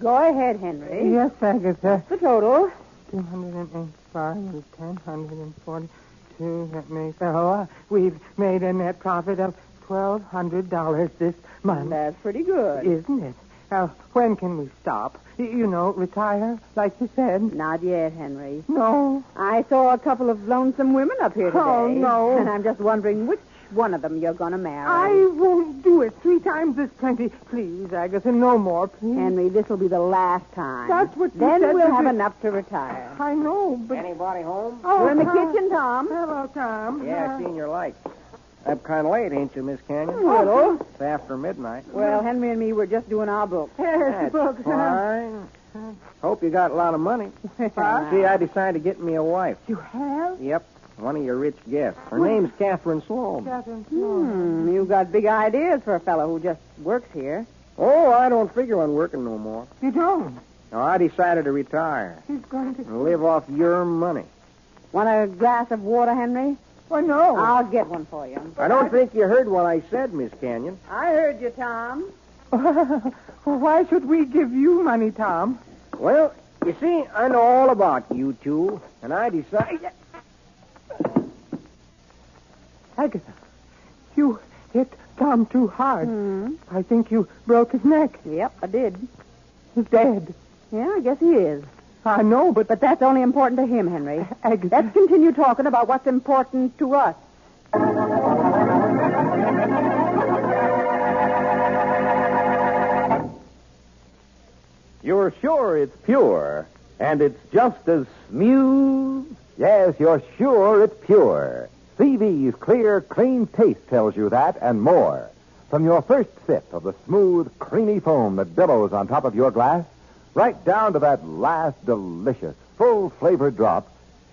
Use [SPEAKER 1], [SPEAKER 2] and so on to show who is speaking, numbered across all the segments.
[SPEAKER 1] Go ahead, Henry.
[SPEAKER 2] Yes, Agatha.
[SPEAKER 1] The total.
[SPEAKER 2] 285 and 1042. That makes, oh, uh, we've made a net profit of $1,200 this month.
[SPEAKER 1] That's pretty good.
[SPEAKER 2] Isn't it? Now, when can we stop? Y- You know, retire, like you said.
[SPEAKER 1] Not yet, Henry.
[SPEAKER 2] No.
[SPEAKER 1] I saw a couple of lonesome women up here today.
[SPEAKER 2] Oh, no.
[SPEAKER 1] And I'm just wondering which one of them you're going to marry.
[SPEAKER 2] I won't do it. Three times is plenty. Please, Agatha, no more, please.
[SPEAKER 1] Henry, this will be the last time.
[SPEAKER 2] That's what you
[SPEAKER 1] Then
[SPEAKER 2] said,
[SPEAKER 1] we'll
[SPEAKER 2] that
[SPEAKER 1] have
[SPEAKER 2] you-
[SPEAKER 1] enough to retire.
[SPEAKER 2] I know, but...
[SPEAKER 3] Anybody home?
[SPEAKER 2] Oh,
[SPEAKER 1] We're in the
[SPEAKER 2] Tom.
[SPEAKER 1] kitchen, Tom.
[SPEAKER 2] Hello, Tom.
[SPEAKER 3] Yeah, I seen your light. Up kind of late, ain't you, Miss Canyon?
[SPEAKER 2] Oh,
[SPEAKER 1] Little.
[SPEAKER 3] It's after midnight.
[SPEAKER 1] Well, Henry and me were just doing our book.
[SPEAKER 3] That's
[SPEAKER 2] Yes, book.
[SPEAKER 3] fine. Hope you got a lot of money. See, I decided to get me a wife.
[SPEAKER 2] You have?
[SPEAKER 3] Yep, one of your rich guests. Her name's Catherine Sloan.
[SPEAKER 2] Catherine Sloan.
[SPEAKER 1] Hmm, you've got big ideas for a fellow who just works here.
[SPEAKER 3] Oh, I don't figure on working no more.
[SPEAKER 2] You don't?
[SPEAKER 3] No, I decided to retire
[SPEAKER 2] He's going to...
[SPEAKER 3] and live off your money.
[SPEAKER 1] Want a glass of water, Henry?
[SPEAKER 2] Oh, no.
[SPEAKER 1] I'll get one for you.
[SPEAKER 3] I don't think you heard what I said, Miss Canyon.
[SPEAKER 1] I heard you, Tom.
[SPEAKER 2] well, why should we give you money, Tom?
[SPEAKER 3] Well, you see, I know all about you two, and I decided.
[SPEAKER 2] Agatha, you hit Tom too hard.
[SPEAKER 1] Hmm.
[SPEAKER 2] I think you broke his neck.
[SPEAKER 1] Yep, I did.
[SPEAKER 2] He's dead.
[SPEAKER 1] Yeah, I guess he is.
[SPEAKER 2] I know, but
[SPEAKER 1] But that's only important to him, Henry.
[SPEAKER 2] Agatha.
[SPEAKER 1] Let's continue talking about what's important to us.
[SPEAKER 4] You're sure it's pure, and it's just as smooth. Yes, you're sure it's pure. CV's clear, clean taste tells you that and more. From your first sip of the smooth, creamy foam that billows on top of your glass, right down to that last delicious, full flavored drop,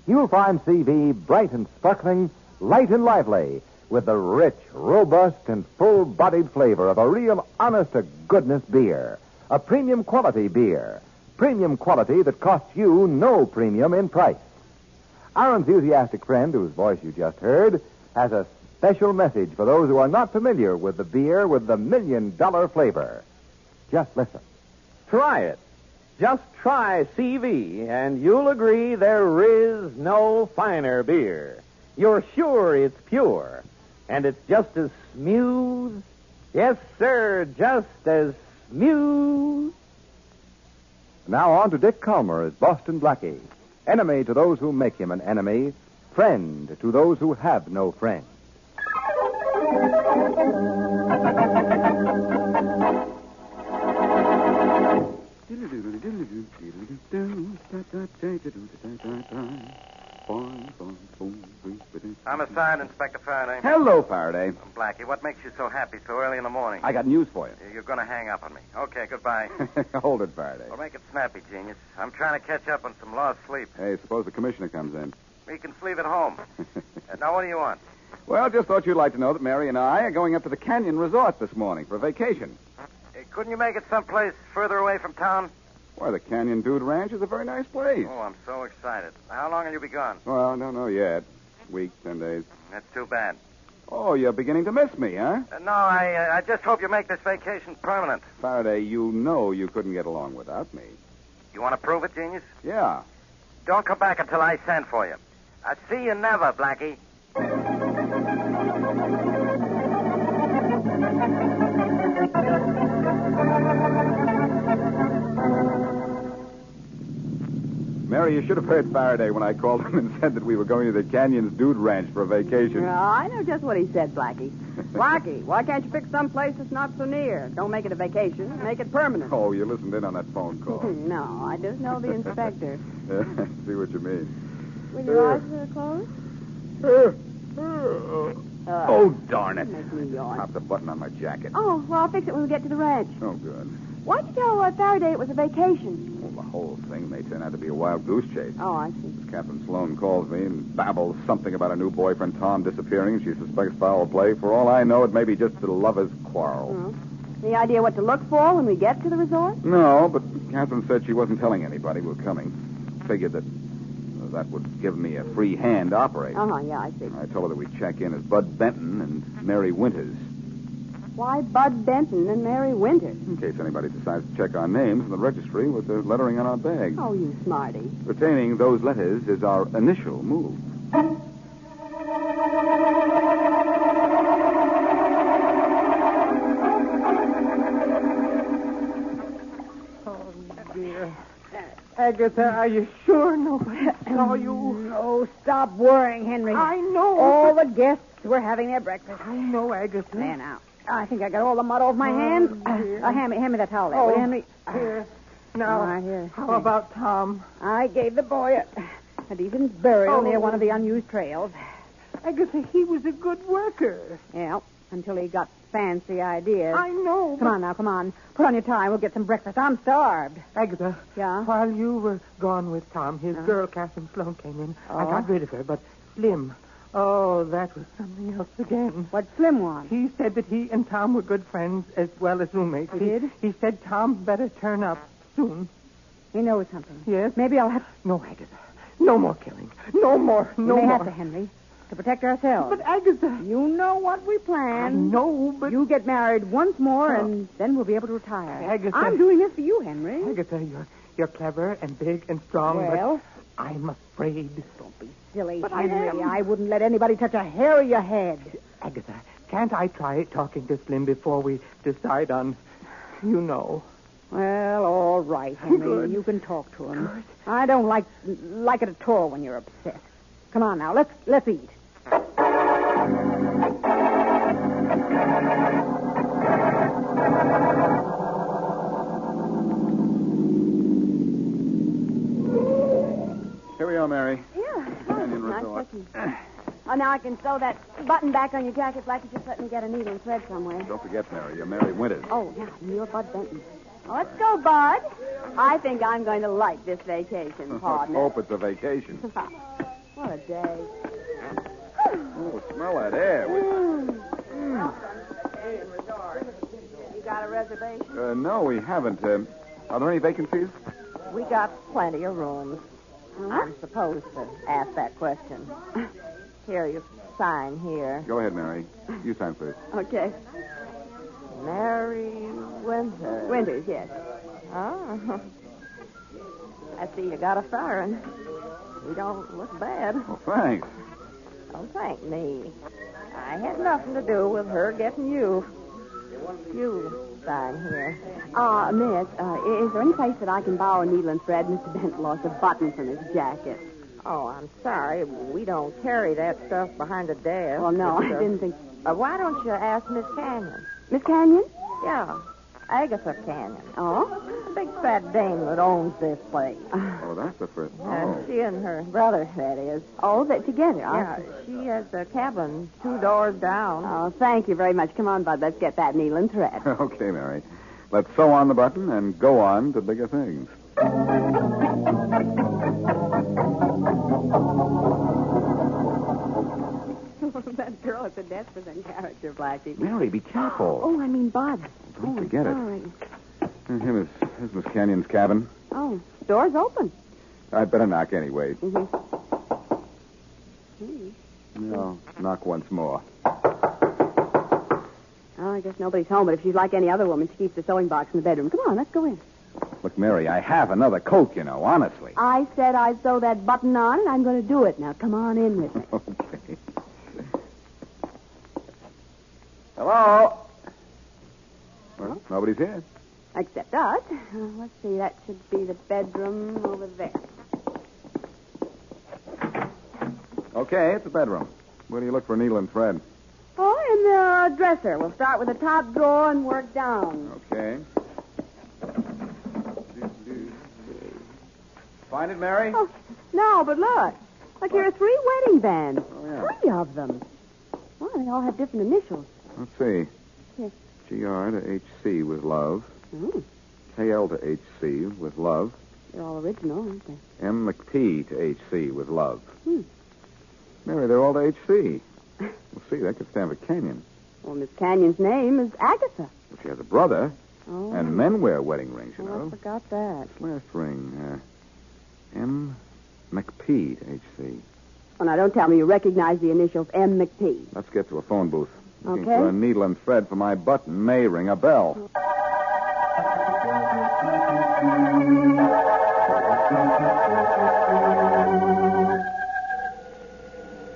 [SPEAKER 4] you'll find CV bright and sparkling, light and lively, with the rich, robust, and full bodied flavor of a real honest to goodness beer. A premium quality beer. Premium quality that costs you no premium in price. Our enthusiastic friend, whose voice you just heard, has a special message for those who are not familiar with the beer with the million dollar flavor. Just listen.
[SPEAKER 5] Try it. Just try CV, and you'll agree there is no finer beer. You're sure it's pure, and it's just as smooth. Yes, sir, just as smooth.
[SPEAKER 4] Now on to Dick Calmer as Boston Blackie. Enemy to those who make him an enemy, friend to those who have no friend.
[SPEAKER 6] I'm assigned Inspector Faraday.
[SPEAKER 4] Hello, Faraday.
[SPEAKER 6] Blackie, what makes you so happy so early in the morning?
[SPEAKER 4] I got news for
[SPEAKER 6] You're going to hang up on me. Okay, goodbye.
[SPEAKER 4] you. Hold it, Faraday.
[SPEAKER 6] well, make it snappy, genius. I'm trying to catch up on some lost sleep.
[SPEAKER 4] Hey, suppose the commissioner comes in.
[SPEAKER 6] We can sleep at home. Uh, now, what do you want?
[SPEAKER 4] well, just thought you'd like to know that Mary and I are going up to the Canyon Resort this morning for vacation.
[SPEAKER 6] Uh, couldn't you make it someplace further away from town?
[SPEAKER 4] Why, the Canyon Dude Ranch is a very nice place.
[SPEAKER 6] Oh, I'm so excited. How long will you be gone?
[SPEAKER 4] Well, I don't know yet. Week, ten days.
[SPEAKER 6] That's too bad.
[SPEAKER 4] Oh, you're beginning to miss me, huh?
[SPEAKER 6] Uh, no, I, uh, I just hope you make this vacation permanent.
[SPEAKER 4] Faraday, you know you couldn't get along without me.
[SPEAKER 6] You want to prove it, genius?
[SPEAKER 4] Yeah.
[SPEAKER 6] Don't come back until I send for you. I see you never, Blackie.
[SPEAKER 4] Mary, you should have heard Faraday when I called him and said that we were going to the Canyon's Dude Ranch for vacation.
[SPEAKER 1] Yeah, Oh, I know just what he said, Blackie. Blackie, why can't you pick some place that's not so near? Don't make it a vacation. Make it permanent.
[SPEAKER 4] Oh, you listened in on that phone call.
[SPEAKER 1] no, I just know the inspector.
[SPEAKER 4] See what you mean.
[SPEAKER 1] Will your eyes are closed?
[SPEAKER 4] Uh,
[SPEAKER 7] Uh,
[SPEAKER 4] Oh, darn it.
[SPEAKER 7] Make me yawn.
[SPEAKER 4] Popped the button on my jacket.
[SPEAKER 7] Oh, well, I'll fix it when we get to the ranch.
[SPEAKER 4] Oh, good.
[SPEAKER 7] Why'd you tell uh, Faraday it was a vacation?
[SPEAKER 4] Well, the whole thing may turn out to be a wild goose chase.
[SPEAKER 7] Oh, I see.
[SPEAKER 4] Captain Sloan calls me and babbles something about her new boyfriend Tom disappearing. She suspects foul play. For all I know, it may be just a lover's quarrel.
[SPEAKER 7] Oh. Any idea what to look for when we get to the resort?
[SPEAKER 4] No, but Catherine said she wasn't telling anybody we're coming. Figured that uh, that would give me a free hand to operate.
[SPEAKER 7] Uh huh,
[SPEAKER 1] Uh-huh,
[SPEAKER 7] yeah, I see.
[SPEAKER 4] I told her that we'd check in as Bud Benton and Mary Winters
[SPEAKER 7] Why Bud Benton and Mary Winter?
[SPEAKER 4] in case anybody decides to check our names in the registry with the lettering on our bags.
[SPEAKER 7] Oh, you smarty.
[SPEAKER 4] Retaining those letters is our initial move.
[SPEAKER 2] Oh, dear. Agatha, are you sure nobody saw you?
[SPEAKER 1] Oh, stop worrying, Henry.
[SPEAKER 2] Mm. I know.
[SPEAKER 1] All the guests were having their breakfast.
[SPEAKER 2] I know, Agatha.
[SPEAKER 1] There now. I think I got all the mud off my hands.
[SPEAKER 2] dear.
[SPEAKER 1] Uh, hand, me, hand me that towel there,
[SPEAKER 2] Oh,
[SPEAKER 1] will you, Henry?
[SPEAKER 2] Here.
[SPEAKER 1] All
[SPEAKER 2] Now,
[SPEAKER 1] right, here.
[SPEAKER 2] how
[SPEAKER 1] Thanks.
[SPEAKER 2] about Tom?
[SPEAKER 1] I gave the boy a, a decent burial
[SPEAKER 2] Oh.
[SPEAKER 1] near one of the unused trails.
[SPEAKER 2] Agatha, he was a good worker.
[SPEAKER 1] Yeah, until he got fancy ideas.
[SPEAKER 2] I know.
[SPEAKER 1] Come on now, come on. Put on your tie. We'll get some breakfast. I'm starved.
[SPEAKER 2] Agatha,
[SPEAKER 1] Yeah?
[SPEAKER 2] while you were gone with Tom, his girl, Catherine Sloan, came in. I
[SPEAKER 1] Oh.
[SPEAKER 2] got rid of her, but Slim. Oh, that was something else again.
[SPEAKER 1] What's Slim want?
[SPEAKER 2] He said that he and Tom were good friends as well as roommates.
[SPEAKER 1] He
[SPEAKER 2] he
[SPEAKER 1] did?
[SPEAKER 2] He said Tom better turn up soon.
[SPEAKER 1] He knows something.
[SPEAKER 2] Yes?
[SPEAKER 1] Maybe I'll have
[SPEAKER 2] No, Agatha. No more killing. No more.
[SPEAKER 1] we
[SPEAKER 2] No
[SPEAKER 1] may
[SPEAKER 2] more.
[SPEAKER 1] have to, Henry, to protect ourselves.
[SPEAKER 2] But Agatha.
[SPEAKER 1] You know what we
[SPEAKER 2] I
[SPEAKER 1] planned.
[SPEAKER 2] know, but
[SPEAKER 1] You get married once more, and
[SPEAKER 7] Oh.
[SPEAKER 1] then we'll be able to retire.
[SPEAKER 2] Agatha.
[SPEAKER 1] I'm doing this for you, Henry.
[SPEAKER 2] Agatha, you're you're clever and big and strong,
[SPEAKER 1] Well?
[SPEAKER 2] but I'm afraid. Don't be.
[SPEAKER 1] Silly
[SPEAKER 2] But I
[SPEAKER 1] Henry,
[SPEAKER 2] am-
[SPEAKER 1] I, wouldn't let anybody touch a hair of your head.
[SPEAKER 2] Agatha, can't I try talking to Slim before we decide on, you know?
[SPEAKER 1] Well, all right, Henry. You can talk to him. I don't like like it at all when you're upset. Come on now, let's let's eat.
[SPEAKER 4] Here we are, Mary.
[SPEAKER 7] Yeah.
[SPEAKER 4] Canyon Resort.
[SPEAKER 7] Oh, now I can sew that button back on your jacket like you just let me get a needle and thread somewhere.
[SPEAKER 4] Don't forget, Mary, you're Mary Winters.
[SPEAKER 7] Oh, yeah, and you're Bud Benton. Well, let's go, Bud. I think I'm going to like this vacation,
[SPEAKER 4] Let's
[SPEAKER 7] partner.
[SPEAKER 4] hope it's a vacation.
[SPEAKER 7] what a day.
[SPEAKER 4] Oh, smell that air.
[SPEAKER 7] You got a reservation?
[SPEAKER 4] Uh, no, we haven't. Um, are there any vacancies?
[SPEAKER 7] We got plenty of rooms. I'm supposed to ask that question. Here, you sign here.
[SPEAKER 4] Go ahead, Mary. You sign first.
[SPEAKER 7] Okay.
[SPEAKER 2] Mary Winter.
[SPEAKER 7] Winters, yes.
[SPEAKER 2] Ah. I see you got a siren. You don't look bad.
[SPEAKER 4] Well, Oh, thanks.
[SPEAKER 2] Don't thank me. I had nothing to do with her getting you. You sign here.
[SPEAKER 7] Ah, miss, uh, i- is there any place that I can borrow a needle and thread? Mr. Benton lost a button from his jacket.
[SPEAKER 2] Oh, I'm sorry. We don't carry that stuff behind the desk.
[SPEAKER 7] Well, no, I
[SPEAKER 2] It's, uh,
[SPEAKER 7] didn't think.
[SPEAKER 2] Uh, why don't you ask Miss Canyon?
[SPEAKER 7] Miss Canyon?
[SPEAKER 2] Yeah, Agatha Canyon.
[SPEAKER 7] Oh?
[SPEAKER 2] The big fat dame that owns this place.
[SPEAKER 4] Oh, that's the first.
[SPEAKER 2] Uh,
[SPEAKER 4] Oh.
[SPEAKER 2] she and her brother, that is.
[SPEAKER 7] Oh, they're together. I
[SPEAKER 2] Yeah, she has a cabin two doors down.
[SPEAKER 7] Oh, thank you very much. Come on, Bud. Let's get that needle and thread.
[SPEAKER 4] Oh. okay, Mary. Let's sew on the button and go on to bigger things.
[SPEAKER 7] that girl is a desperate character, Blackie.
[SPEAKER 8] Mary, be careful.
[SPEAKER 7] Oh, I mean Bud.
[SPEAKER 4] Don't
[SPEAKER 7] oh,
[SPEAKER 4] forget it.
[SPEAKER 7] sorry.
[SPEAKER 4] Uh, Here, Miss, here's Miss Canyon's cabin.
[SPEAKER 7] Oh, door's open.
[SPEAKER 4] I'd better knock anyway.
[SPEAKER 7] Mm-hmm.
[SPEAKER 4] No, knock once more.
[SPEAKER 7] Oh, I guess nobody's home, but if she's like any other woman, she keeps the sewing box in the bedroom. Come on, let's go in.
[SPEAKER 4] Look, Mary, I have another Coke, you know, honestly.
[SPEAKER 7] I said I'd sew that button on, and I'm going to do it. Now, come on in with me.
[SPEAKER 4] Okay. Hello? Well, nobody's here.
[SPEAKER 7] Except us. Uh, let's see, that should be the bedroom over there.
[SPEAKER 4] Okay, it's a bedroom. Where do you look for needle and thread?
[SPEAKER 7] Oh, and the dresser. We'll start with the top drawer and work down.
[SPEAKER 4] Okay. Find it, Mary?
[SPEAKER 7] Oh, no, but look. Look, here are three wedding bands.
[SPEAKER 4] Oh, yeah.
[SPEAKER 7] Three of them. Why, they all have different initials.
[SPEAKER 9] Let's see.
[SPEAKER 7] Yes.
[SPEAKER 9] GR to HC with love.
[SPEAKER 7] Oh,
[SPEAKER 9] KL to HC with love.
[SPEAKER 7] they're all original, aren't they?
[SPEAKER 9] M McP to HC with love.
[SPEAKER 7] Hmm.
[SPEAKER 9] Mary, they're all to HC. Well, see, that could stand for Canyon.
[SPEAKER 7] Well, Miss Canyon's name is Agatha.
[SPEAKER 9] But she has a brother,
[SPEAKER 7] Oh,
[SPEAKER 9] and men wear wedding rings, you
[SPEAKER 7] oh, I
[SPEAKER 9] know.
[SPEAKER 7] forgot that.
[SPEAKER 9] This last ring, uh, M McP to HC.
[SPEAKER 7] Oh, now don't tell me you recognize the initials M. McP.
[SPEAKER 9] Let's get to a phone booth. Looking
[SPEAKER 7] Okay. Oh.
[SPEAKER 9] for a needle and thread for my button may ring a bell.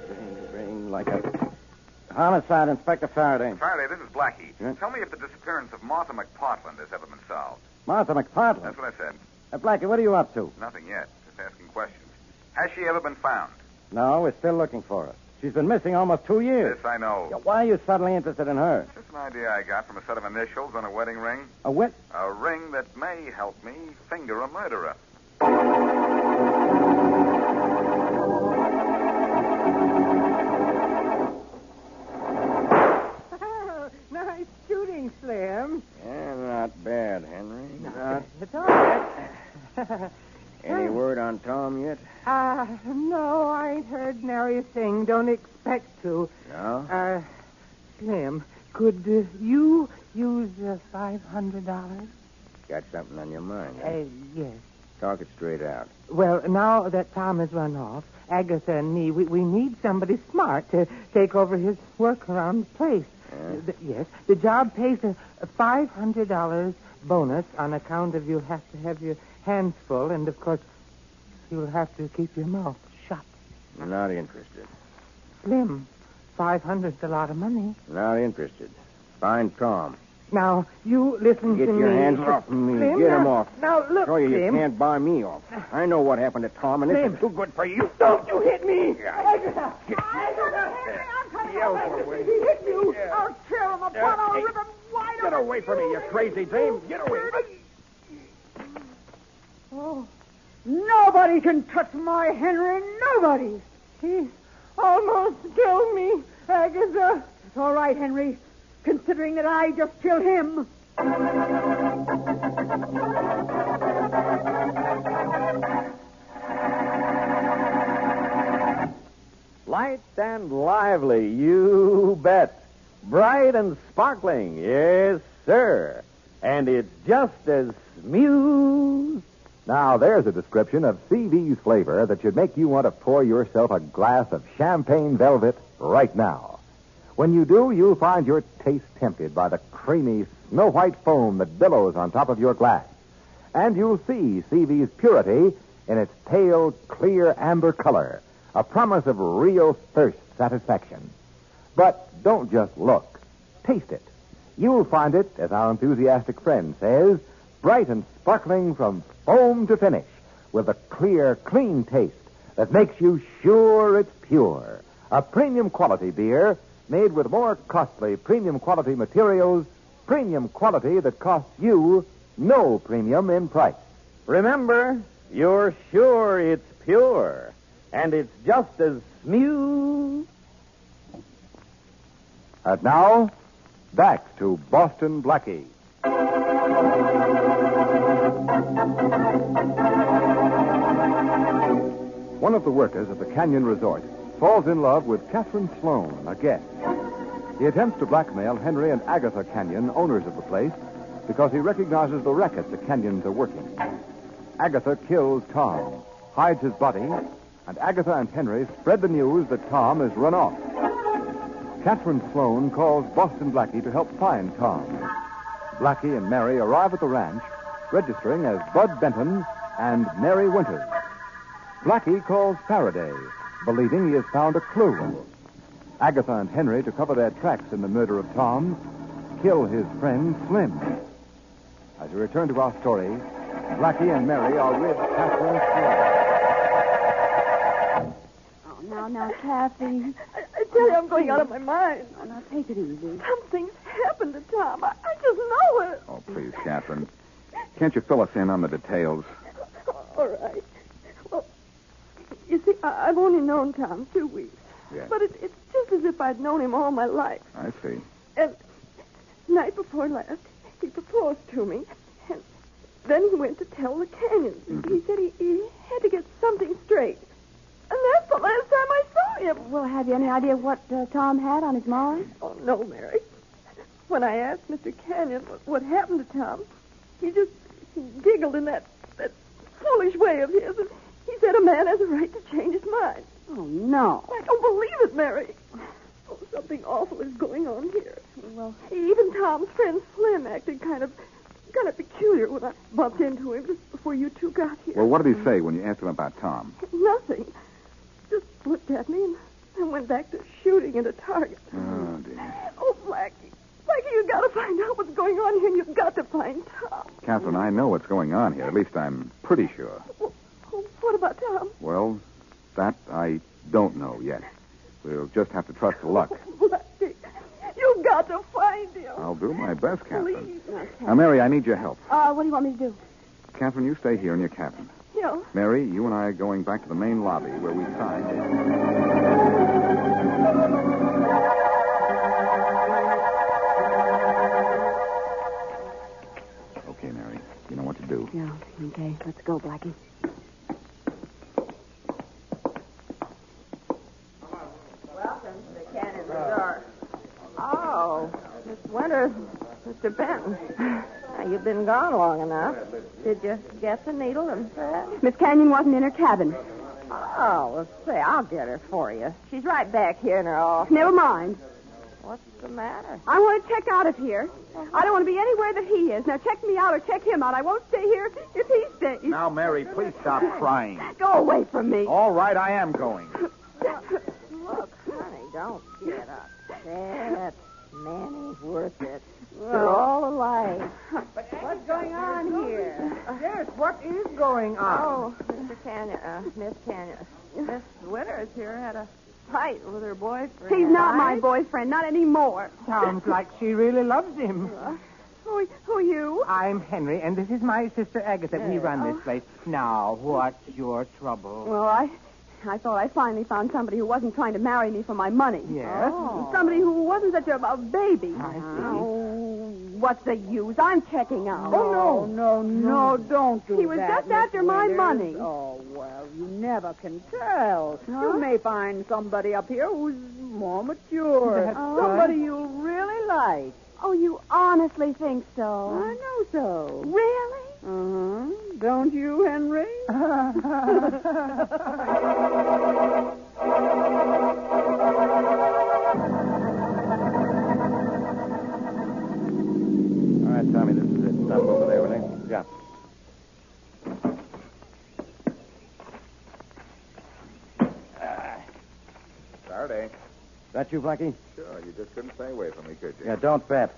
[SPEAKER 3] Ring, ring, like a... Homicide, Inspector Faraday.
[SPEAKER 6] Faraday, this is Blackie.
[SPEAKER 3] Yeah.
[SPEAKER 6] Tell me if the disappearance of Martha McPartland has ever been solved.
[SPEAKER 3] Martha McPartland.
[SPEAKER 6] That's what I said.
[SPEAKER 3] Uh, Blackie, what are you up to?
[SPEAKER 6] Nothing yet. Just asking questions. Has she ever been found?
[SPEAKER 3] No, we're still looking for her. She's been missing almost two years.
[SPEAKER 6] This I know.
[SPEAKER 3] Yeah, Why are you suddenly interested in her?
[SPEAKER 6] Just an idea I got from a set of initials on a wedding ring.
[SPEAKER 3] A wit?
[SPEAKER 6] A ring that may help me finger a murderer.
[SPEAKER 2] nice shooting, Slim.
[SPEAKER 3] Yeah, not bad, Henry. Not
[SPEAKER 2] It's all right.
[SPEAKER 3] any word on Tom yet?
[SPEAKER 2] uh, no, I ain't heard nary a thing. Don't expect to.
[SPEAKER 3] No.
[SPEAKER 2] Uh, Slim, could uh, you use uh, $500?
[SPEAKER 3] Got something on your mind? huh?
[SPEAKER 2] Uh, yes.
[SPEAKER 3] Talk it straight out.
[SPEAKER 2] Well, now that Tom has run off, Agatha and me, we, we need somebody smart to take over his work around the place.
[SPEAKER 3] Yeah.
[SPEAKER 2] The- yes, the job pays a a $500 bonus on account of you'll have to have your hands full, and of course, you'll have to keep your mouth shut.
[SPEAKER 3] Not interested.
[SPEAKER 2] Slim, 500's a lot of money.
[SPEAKER 3] Not interested. Find Tom.
[SPEAKER 2] Now, you listen
[SPEAKER 3] Get
[SPEAKER 2] to me.
[SPEAKER 3] your hands off me.
[SPEAKER 2] Slim,
[SPEAKER 3] Get 'em
[SPEAKER 2] now-
[SPEAKER 3] off.
[SPEAKER 2] Now, look,
[SPEAKER 3] Show you you
[SPEAKER 2] Slim.
[SPEAKER 3] can't buy me off. I know what happened to Tom, and this
[SPEAKER 2] Slim.
[SPEAKER 3] is too good for you.
[SPEAKER 2] Don't you hit me!
[SPEAKER 3] Get away from me, you crazy dame. Get away.
[SPEAKER 1] Oh, Nobody can touch my Henry. Nobody.
[SPEAKER 2] He almost killed me, Agatha.
[SPEAKER 1] It's all right, Henry, considering that I just killed him.
[SPEAKER 5] Light and lively, you bet. Bright and sparkling, yes, sir. And it's just as smooth.
[SPEAKER 4] Now, there's a description of CV's flavor that should make you want to pour yourself a glass of champagne velvet right now. When you do, you'll find your taste tempted by the creamy, snow white foam that billows on top of your glass. And you'll see CV's purity in its pale, clear amber color, a promise of real thirst satisfaction. But don't just look, taste it. You'll find it, as our enthusiastic friend says, bright and sparkling from foam to finish, with a clear, clean taste that makes you sure it's pure. A premium quality beer made with more costly premium quality materials, premium quality that costs you no premium in price.
[SPEAKER 5] Remember, you're sure it's pure. And it's just as smooth.
[SPEAKER 4] And now, back to Boston Blackie. One of the workers at the Canyon Resort falls in love with Catherine Sloan, a guest. He attempts to blackmail Henry and Agatha Canyon, owners of the place, because he recognizes the racket the Canyons are working. Agatha kills Tom, hides his body, and Agatha and Henry spread the news that Tom is run off. Catherine Sloan calls Boston Blackie to help find Tom. Blackie and Mary arrive at the ranch, registering as Bud Benton and Mary Winters. Blackie calls Faraday, believing he has found a clue. Agatha and Henry, to cover their tracks in the murder of Tom, kill his friend Slim. As we return to our story, Blackie and Mary are with Catherine Sloan.
[SPEAKER 7] Oh, now, now, Kathy.
[SPEAKER 10] I, I tell you, I'm going out of my mind.
[SPEAKER 7] Oh, now, take it easy.
[SPEAKER 10] Something's happened to Tom. I, I just know it.
[SPEAKER 9] Oh, please, Catherine. Can't you fill us in on the details?
[SPEAKER 10] All right. Well, you see, I, I've only known Tom two weeks.
[SPEAKER 4] Yes.
[SPEAKER 10] But it, it's just as if I'd known him all my life.
[SPEAKER 4] I see.
[SPEAKER 10] And night before last, he proposed to me. And then he went to tell the canyons.
[SPEAKER 4] Mm-hmm.
[SPEAKER 10] He said he, he had to get something straight. And that's the last time I saw him.
[SPEAKER 1] Well, have you any idea what uh, Tom had on his mind?
[SPEAKER 10] Oh, no, Mary. When I asked Mr. Canyon what, what happened to Tom, he just giggled in that, that foolish way of his. And he said a man has a right to change his mind.
[SPEAKER 1] Oh, no.
[SPEAKER 10] I don't believe it, Mary. Oh, something awful is going on here. Well, even Tom's friend Slim acted kind of kind of peculiar when I bumped into him just before you two got here.
[SPEAKER 4] Well, what did he say when you asked him about Tom?
[SPEAKER 10] Nothing. Just looked at me and, and went back to shooting at a target.
[SPEAKER 4] Oh, dear.
[SPEAKER 10] Oh, Blackie. Blackie, you gotta find out what's going on here, and you've got to find Tom.
[SPEAKER 4] Catherine, I know what's going on here. At least I'm pretty sure.
[SPEAKER 10] Oh, what about Tom?
[SPEAKER 4] Well, that I don't know yet. We'll just have to trust to luck.
[SPEAKER 10] Blackie, you've got to find him.
[SPEAKER 4] I'll do my best, Catherine.
[SPEAKER 1] Okay.
[SPEAKER 4] Now, Mary, I need your help.
[SPEAKER 1] Uh, what do you want me to do?
[SPEAKER 4] Catherine, you stay here in your cabin.
[SPEAKER 10] Yeah.
[SPEAKER 4] Mary, you and I are going back to the main lobby where we signed. Okay, Mary. You know what to do.
[SPEAKER 1] Yeah, okay. Let's go, Blackie.
[SPEAKER 7] Welcome to the Cannon Bazaar. Oh, Miss Winters, Mr. Benton. Now, you've been gone long enough. Did you get the needle and thread?
[SPEAKER 1] Miss Canyon wasn't in her cabin.
[SPEAKER 7] Oh, well, say, I'll get her for you. She's right back here in her office.
[SPEAKER 1] Never mind.
[SPEAKER 7] What's the matter?
[SPEAKER 1] I want to check out of here.
[SPEAKER 11] Oh,
[SPEAKER 1] I don't want to be anywhere that he is. Now check me out or check him out. I won't stay here if he stays.
[SPEAKER 12] Now, Mary, please stop crying.
[SPEAKER 1] Go away from me.
[SPEAKER 4] Oh.
[SPEAKER 12] All right, I am going.
[SPEAKER 7] Look, honey, don't get upset. Manny's worth it. They're all alike. But what's going on here?
[SPEAKER 2] Yes, what is going on?
[SPEAKER 7] Oh, Mr. Canyon, uh, Miss Canyon. Miss Winters here had a fight with her boyfriend.
[SPEAKER 1] He's not my boyfriend, not anymore.
[SPEAKER 2] Sounds like she really loves him.
[SPEAKER 10] Who, who are you?
[SPEAKER 2] I'm Henry, and this is my sister Agatha. We run
[SPEAKER 3] Oh.
[SPEAKER 2] this place. Now, what's your trouble?
[SPEAKER 1] Well, I, I thought I finally found somebody who wasn't trying to marry me for my money. Oh.
[SPEAKER 2] Yes?
[SPEAKER 1] Somebody who wasn't such a, a baby.
[SPEAKER 2] I see.
[SPEAKER 3] uh-huh.
[SPEAKER 1] Oh, what's the use? I'm checking out.
[SPEAKER 2] Oh,
[SPEAKER 11] no, no, don't do
[SPEAKER 1] He was
[SPEAKER 11] that,
[SPEAKER 1] just after
[SPEAKER 11] Miss
[SPEAKER 1] my
[SPEAKER 11] Winters.
[SPEAKER 1] money.
[SPEAKER 11] Oh, well, you never can tell. You may find somebody up here who's more mature.
[SPEAKER 2] That's
[SPEAKER 11] somebody you'll really like.
[SPEAKER 1] Oh, you honestly think so?
[SPEAKER 11] I know so.
[SPEAKER 1] Really?
[SPEAKER 11] Uh-huh. Don't you, Henry?
[SPEAKER 6] All right, Tommy, this is it. Stop over there, will you? Yeah.
[SPEAKER 4] Saturday.
[SPEAKER 6] That you, Blackie?
[SPEAKER 4] Sure, you just couldn't stay away from me, could you?
[SPEAKER 6] Yeah, don't bet.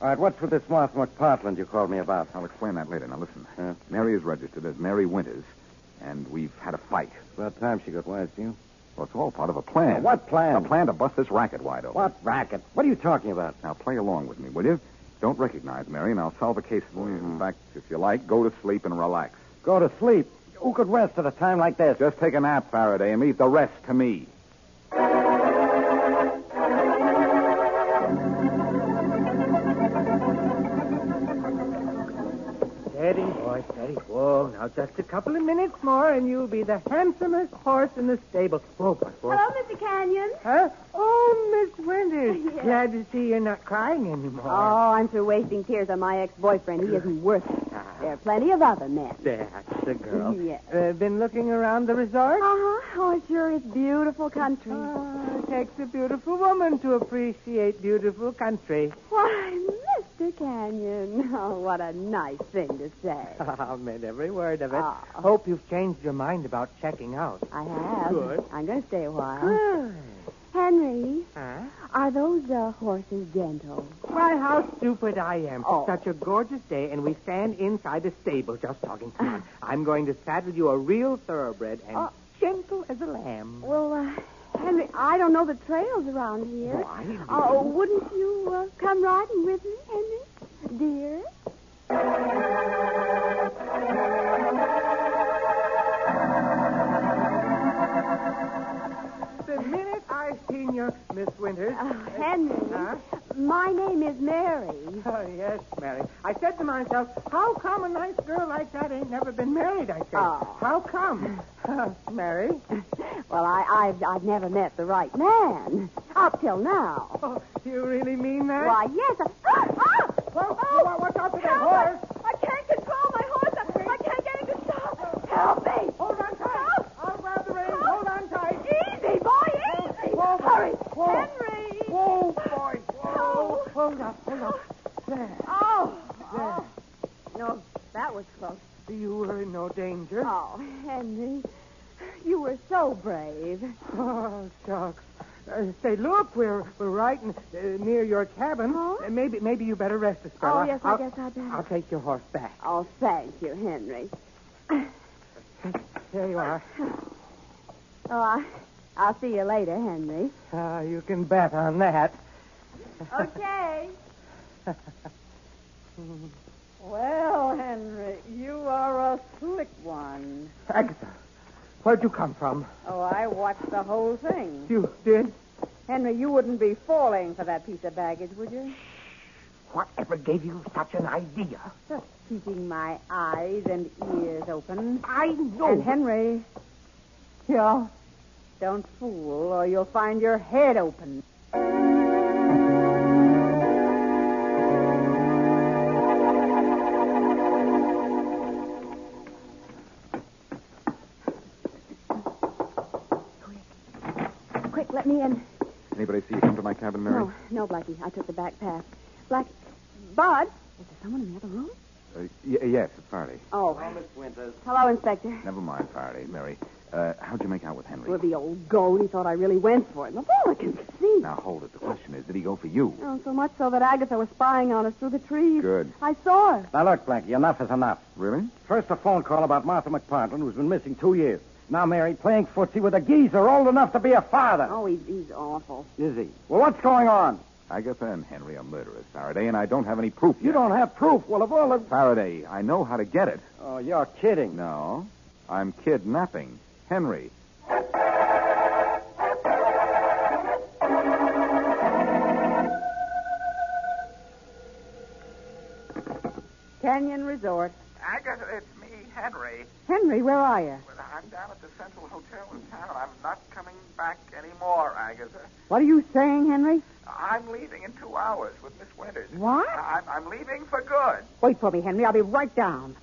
[SPEAKER 6] All right, what's with this Martha McPartland you called me about?
[SPEAKER 4] I'll explain that later. Now, listen.
[SPEAKER 6] Huh?
[SPEAKER 4] Mary is registered as Mary Winters, and we've had a fight.
[SPEAKER 6] About time she got wise to you.
[SPEAKER 4] Well, it's all part of a plan.
[SPEAKER 6] What plan?
[SPEAKER 4] A plan to bust this racket wide open.
[SPEAKER 6] What racket? What are you talking about?
[SPEAKER 4] Now, play along with me, will you? Don't recognize Mary, and I'll solve the case for you. In fact, if you like, go to sleep and relax.
[SPEAKER 6] Mm-hmm. Go to sleep. Who could rest at a time like this?
[SPEAKER 4] Just take a nap, Faraday, and leave the rest to me.
[SPEAKER 2] Steady, boy, steady. Whoa, now just a couple of minutes more, and you'll be the handsomest horse in the stable. Whoa, boy, whoa.
[SPEAKER 1] Hello, Mr. Canyon.
[SPEAKER 2] Huh? Oh, Miss Winters.
[SPEAKER 1] Yes.
[SPEAKER 2] Glad to see you're not crying anymore.
[SPEAKER 1] Oh, I'm through wasting tears on my ex-boyfriend. He isn't worth it. There are plenty of other men.
[SPEAKER 2] Ah, That's the girl.
[SPEAKER 1] Yes.
[SPEAKER 2] Uh, been looking around the resort?
[SPEAKER 1] Uh-huh. Oh, it sure is beautiful country.
[SPEAKER 2] Ah, it takes a beautiful woman to appreciate beautiful country.
[SPEAKER 1] Why, Mr. Canyon. Oh, what a nice thing to say.
[SPEAKER 2] I meant every word of it.
[SPEAKER 1] Ah.
[SPEAKER 2] Hope you've changed your mind about checking out.
[SPEAKER 1] I have.
[SPEAKER 2] Good.
[SPEAKER 1] I'm going to stay a while.
[SPEAKER 2] Good.
[SPEAKER 1] Henry,
[SPEAKER 2] Huh?
[SPEAKER 1] are those uh, horses gentle?
[SPEAKER 2] Why, how stupid I am.
[SPEAKER 1] Oh.
[SPEAKER 2] Such a gorgeous day, and we stand inside a stable just talking to you. I'm going to saddle you a real thoroughbred and
[SPEAKER 1] Oh.
[SPEAKER 2] gentle as a lamb.
[SPEAKER 1] Well, uh, Henry, I don't know the trails around here.
[SPEAKER 2] Oh, I do.
[SPEAKER 1] Oh, wouldn't you uh, come riding with me, Henry? Dear?
[SPEAKER 2] The minute
[SPEAKER 10] Oh, My name is Mary.
[SPEAKER 2] Oh, yes, Mary. I said to myself, how come a nice girl like that ain't never been married, I said.
[SPEAKER 10] Oh.
[SPEAKER 2] How come? Oh, Mary.
[SPEAKER 10] Well, I, I've, I've never met the right man up till now.
[SPEAKER 2] Oh, you really mean that?
[SPEAKER 10] Why, yes. I...
[SPEAKER 11] Ah!
[SPEAKER 2] Well,
[SPEAKER 11] Oh!
[SPEAKER 2] watch out for that
[SPEAKER 11] Help!
[SPEAKER 2] horse.
[SPEAKER 11] I can't control my horse. I, I can't get him to stop. Help me!
[SPEAKER 2] Hold on tight.
[SPEAKER 11] Help!
[SPEAKER 2] I'll grab the reins.
[SPEAKER 11] Help!
[SPEAKER 2] Hold on tight.
[SPEAKER 11] Easy, boy, easy.
[SPEAKER 2] Whoa, boy.
[SPEAKER 11] Hurry.
[SPEAKER 2] Whoa.
[SPEAKER 11] Henry.
[SPEAKER 2] Whoa, boy. Whoa.
[SPEAKER 11] Oh.
[SPEAKER 2] Hold up, hold up. There.
[SPEAKER 11] Oh.
[SPEAKER 2] There.
[SPEAKER 10] No, that was close.
[SPEAKER 2] You were in no danger.
[SPEAKER 10] Oh, Henry, you were so brave. Ah.
[SPEAKER 2] Oh, shucks. Uh, say, look, we're we're right in, uh, near your cabin. Uh, maybe maybe you better rest a spell.
[SPEAKER 10] Oh,
[SPEAKER 2] I'll-
[SPEAKER 10] yes, I
[SPEAKER 2] I'll-
[SPEAKER 10] guess I better.
[SPEAKER 2] I'll take your horse back.
[SPEAKER 10] Oh, thank you, Henry.
[SPEAKER 2] There you are.
[SPEAKER 10] Oh, I, I'll see you later, Henry.
[SPEAKER 2] Ah, you can bet on that.
[SPEAKER 11] Okay.
[SPEAKER 1] Well, Henry, you are a slick one.
[SPEAKER 2] Agatha, where'd you come from?
[SPEAKER 1] Oh, I watched the whole thing.
[SPEAKER 2] You did?
[SPEAKER 1] Henry, you wouldn't be falling for that piece of baggage, would you?
[SPEAKER 2] Whatever gave you such an idea?
[SPEAKER 1] Just keeping my eyes and ears open.
[SPEAKER 2] I know.
[SPEAKER 1] And Henry,
[SPEAKER 2] Yeah.
[SPEAKER 1] don't fool or you'll find your head open.
[SPEAKER 10] Quick, let me in.
[SPEAKER 4] Anybody see you come to my cabin, Mary?
[SPEAKER 1] Oh,
[SPEAKER 10] No, no, Blackie. I took the back path. Blackie, Bud, is there someone in the other room?
[SPEAKER 4] Uh, y- yes, it's Faraday.
[SPEAKER 10] Oh,
[SPEAKER 6] Miss Winters.
[SPEAKER 10] hello, Inspector.
[SPEAKER 4] Never mind, Faraday, Mary. Uh, how'd you make out with Henry?
[SPEAKER 10] Well, the old goat, he thought I really went for him. Of all I can see.
[SPEAKER 4] Now hold it. The question is, did he go for you?
[SPEAKER 10] Oh, so much so that Agatha was spying on us through the trees.
[SPEAKER 4] Good.
[SPEAKER 10] I saw her.
[SPEAKER 13] Now, look, Blackie, enough is enough.
[SPEAKER 4] Really?
[SPEAKER 13] First, a phone call about Martha McPartland, who's been missing two years. Now, Mary, playing footsie with a geezer old enough to be a father.
[SPEAKER 10] Oh, he's, he's awful.
[SPEAKER 13] Is he? Well, what's going on?
[SPEAKER 4] Agatha and Henry are murderers, Faraday, and I don't have any proof
[SPEAKER 13] You
[SPEAKER 4] yet.
[SPEAKER 13] don't have proof. Well, of all the...
[SPEAKER 4] Faraday, I know how to get it.
[SPEAKER 13] Oh, you're kidding.
[SPEAKER 4] No, I'm kidnapping Henry.
[SPEAKER 1] Canyon Resort.
[SPEAKER 6] Agatha, it's me, Henry.
[SPEAKER 1] Henry, where are you?
[SPEAKER 6] Well, I'm down at the Central Hotel in town. I'm not coming back anymore, Agatha.
[SPEAKER 1] What are you saying, Henry?
[SPEAKER 6] I'm leaving in two hours with Miss Winters.
[SPEAKER 1] What?
[SPEAKER 6] I- I'm, I'm leaving for good.
[SPEAKER 1] Wait for me, Henry. I'll be right down.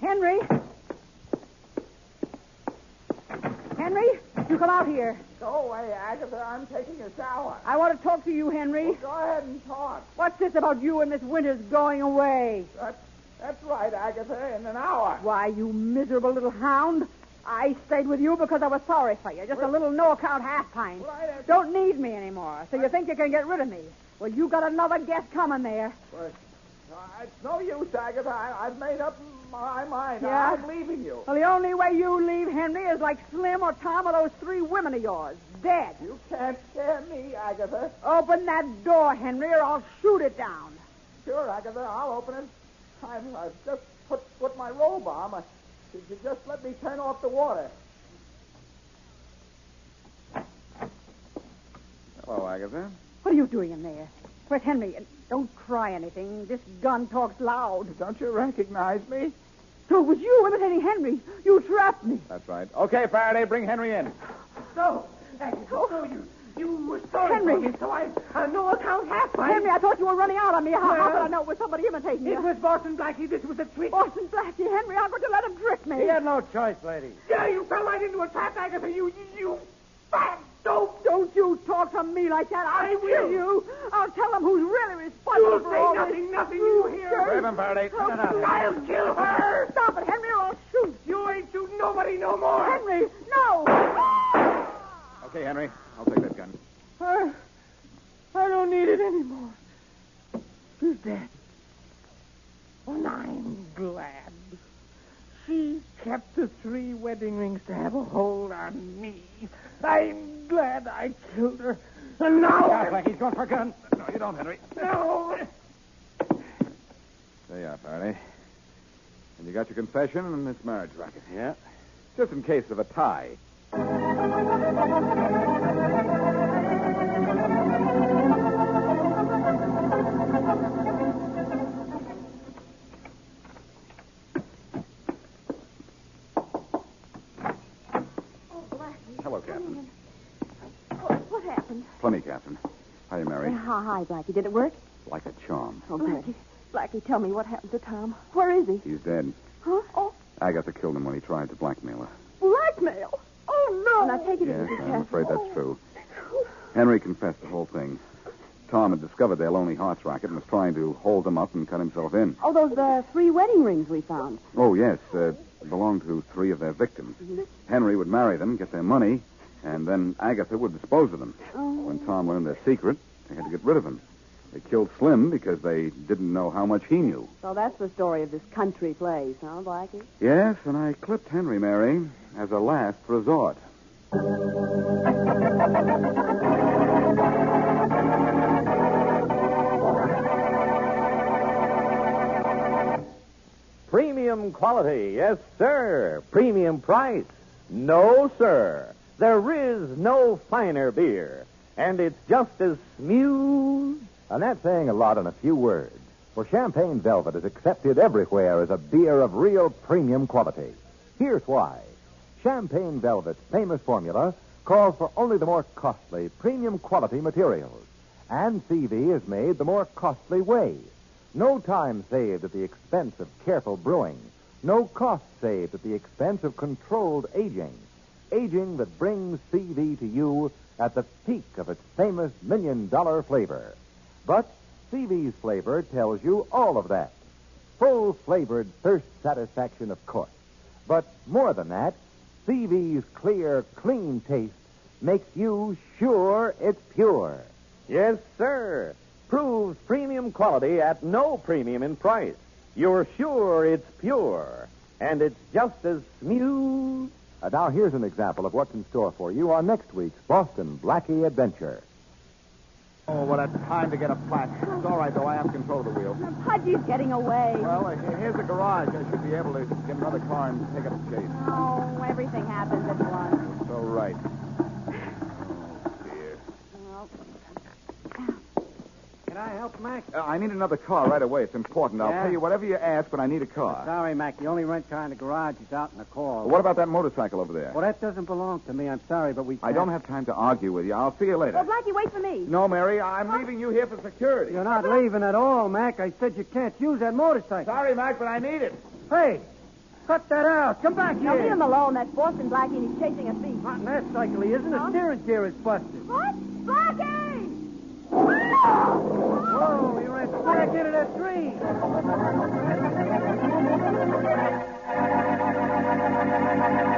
[SPEAKER 1] Henry? Henry, you come out here.
[SPEAKER 14] Go away, Agatha. I'm taking a shower.
[SPEAKER 1] I want to talk to you, Henry.
[SPEAKER 14] Go ahead and talk.
[SPEAKER 1] What's this about you and Miss Winters going away?
[SPEAKER 14] That's, that's right, Agatha, in an hour.
[SPEAKER 1] Why, you miserable little hound. I stayed with you because I was sorry for you. Just a little no account half pint.
[SPEAKER 14] Well, I don't-
[SPEAKER 1] Don't need me anymore. So you think you can get rid of me? Well, you got another guest coming there.
[SPEAKER 14] Well, uh, it's no use, Agatha. I, I've made up my mind.
[SPEAKER 1] Yeah?
[SPEAKER 14] I'm leaving you.
[SPEAKER 1] Well, the only way you leave Henry is like Slim or Tom or those three women of yours. Dead.
[SPEAKER 14] You can't scare me, Agatha.
[SPEAKER 1] Open that door, Henry, or I'll shoot it down.
[SPEAKER 14] Sure, Agatha, I'll open it. I've, I've just put, put my robe on. I, did you just let me turn off the water?
[SPEAKER 4] Hello, Agatha.
[SPEAKER 1] What are you doing in there? Where's Henry? And Don't cry anything. This gun talks loud.
[SPEAKER 4] Don't you recognize me?
[SPEAKER 1] So it was you imitating Henry. You trapped me.
[SPEAKER 4] That's right. Okay, Faraday, bring Henry in.
[SPEAKER 2] So, Agnes, so you you were sorry
[SPEAKER 1] Henry.
[SPEAKER 2] for me, so I uh, no account half mine.
[SPEAKER 1] Henry, I thought you were running out on me. How, how
[SPEAKER 2] Well-
[SPEAKER 1] could I know it was somebody imitating
[SPEAKER 2] it
[SPEAKER 1] you?
[SPEAKER 2] was Boston Blackie. This was a trick.
[SPEAKER 1] Orson Blackie, Henry, I'm going to let him trick me.
[SPEAKER 13] He had no choice, lady.
[SPEAKER 2] yeah, you fell right into a trap, Agatha. You you, you bad dope.
[SPEAKER 1] Don't you talk to me like that. I'll
[SPEAKER 2] I
[SPEAKER 1] kill
[SPEAKER 2] will.
[SPEAKER 1] you. I'll tell them who's really responsible
[SPEAKER 2] You'll
[SPEAKER 1] for
[SPEAKER 2] say
[SPEAKER 1] all
[SPEAKER 2] nothing,
[SPEAKER 1] this.
[SPEAKER 2] nothing.
[SPEAKER 1] You
[SPEAKER 2] You hear?
[SPEAKER 1] dirty-
[SPEAKER 4] Grab him, Faraday.
[SPEAKER 1] Oh,
[SPEAKER 4] No, no.
[SPEAKER 1] I'll
[SPEAKER 2] kill her.
[SPEAKER 1] Stop it, Henry, or I'll shoot.
[SPEAKER 2] You ain't shooting nobody no more.
[SPEAKER 1] Henry, no.
[SPEAKER 4] Okay, Henry, I'll take that gun.
[SPEAKER 2] I, I don't need it anymore. She's dead. And I'm glad. She kept the three wedding rings to have a hold on me. I'm glad I killed her. And now
[SPEAKER 13] Guys,
[SPEAKER 2] I...
[SPEAKER 13] like he's going for a gun.
[SPEAKER 4] No, you don't, Henry.
[SPEAKER 2] No!
[SPEAKER 4] There you are, Faraday. And you got your confession and this marriage racket.
[SPEAKER 13] Yeah.
[SPEAKER 9] just in case of a tie.
[SPEAKER 10] Oh, Oh, Blackie.
[SPEAKER 9] Hello, Captain.
[SPEAKER 10] What, what happened?
[SPEAKER 9] Plenty, Captain. Hi, Mary.
[SPEAKER 10] hi, hi, Blackie. Did it work?
[SPEAKER 9] Like a charm.
[SPEAKER 10] Oh, Blackie. Blackie, tell me what happened to Tom. Where is he?
[SPEAKER 9] He's dead.
[SPEAKER 10] Huh? Oh,
[SPEAKER 9] Agatha killed him when he tried to blackmail her.
[SPEAKER 10] blackmail. Oh, no. Now, take it
[SPEAKER 9] Yes,
[SPEAKER 10] easy,
[SPEAKER 9] I'm
[SPEAKER 10] Captain.
[SPEAKER 9] afraid that's true. Henry confessed the whole thing. Tom had discovered their Lonely Hearts racket and was trying to hold them up and cut himself in.
[SPEAKER 1] Oh, those uh, three wedding rings we found.
[SPEAKER 9] Oh, yes, uh, it belonged to three of their victims. Henry would marry them, get their money, and then Agatha would dispose of them. When Tom learned their secret, they had to get rid of him. They killed Slim because they didn't know how much he knew.
[SPEAKER 1] So that's the story of this country place, huh, Blackie?
[SPEAKER 9] Yes, and I clipped Henry, Mary, as a last resort.
[SPEAKER 5] Premium quality, yes, sir. Premium price, no, sir. There is no finer beer, and it's just as smooth.
[SPEAKER 4] And that's saying a lot in a few words. For Champagne Velvet is accepted everywhere as a beer of real premium quality. Here's why. Champagne Velvet's famous formula calls for only the more costly, premium quality materials. And CV is made the more costly way. No time saved at the expense of careful brewing. No cost saved at the expense of controlled aging. Aging that brings CV to you at the peak of its famous million dollar flavor. But CV's flavor tells you all of that. Full flavored thirst satisfaction, of course. But more than that, CV's clear, clean taste makes you sure it's pure.
[SPEAKER 5] Yes, sir. Proves premium quality at no premium in price. You're sure it's pure, and it's just as smooth.
[SPEAKER 4] Uh, now, here's an example of what's in store for you on next week's Boston Blackie Adventure.
[SPEAKER 3] Oh, what a time to get a flat. It's all right, though. I have control of the wheel.
[SPEAKER 10] Pudgy's getting away.
[SPEAKER 3] Well, uh, here's the garage. I should be able to get another car and take up the chase.
[SPEAKER 10] Oh, everything happens at once.
[SPEAKER 3] It's all right.
[SPEAKER 9] Can I help Mac? Uh, I need another car right away. It's important. I'll
[SPEAKER 11] Yeah?
[SPEAKER 9] pay you whatever you ask, but I need a car.
[SPEAKER 11] Sorry, Mac. The only rent car in the garage is out in the car.
[SPEAKER 9] What about that motorcycle over there?
[SPEAKER 11] Well, that doesn't belong to me. I'm sorry, but we.
[SPEAKER 9] I don't have time to argue with you. I'll see you later.
[SPEAKER 10] Well, Blackie, wait for me.
[SPEAKER 9] No, Mary, I'm leaving you here for security.
[SPEAKER 11] You're not leaving at all, Mac. I said you can't use that motorcycle.
[SPEAKER 9] Sorry, Mac, but I need it.
[SPEAKER 11] Hey, cut that out. Come back
[SPEAKER 10] Now,
[SPEAKER 11] here.
[SPEAKER 10] leave him alone. That's Boston Blackie, and he's chasing a thief.
[SPEAKER 11] Not in that cycle, he isn't.
[SPEAKER 10] Huh?
[SPEAKER 11] His steering gear is busted.
[SPEAKER 10] What? Blackie!
[SPEAKER 11] Ah! Whoa, he ran back into that tree.
[SPEAKER 10] Blackie!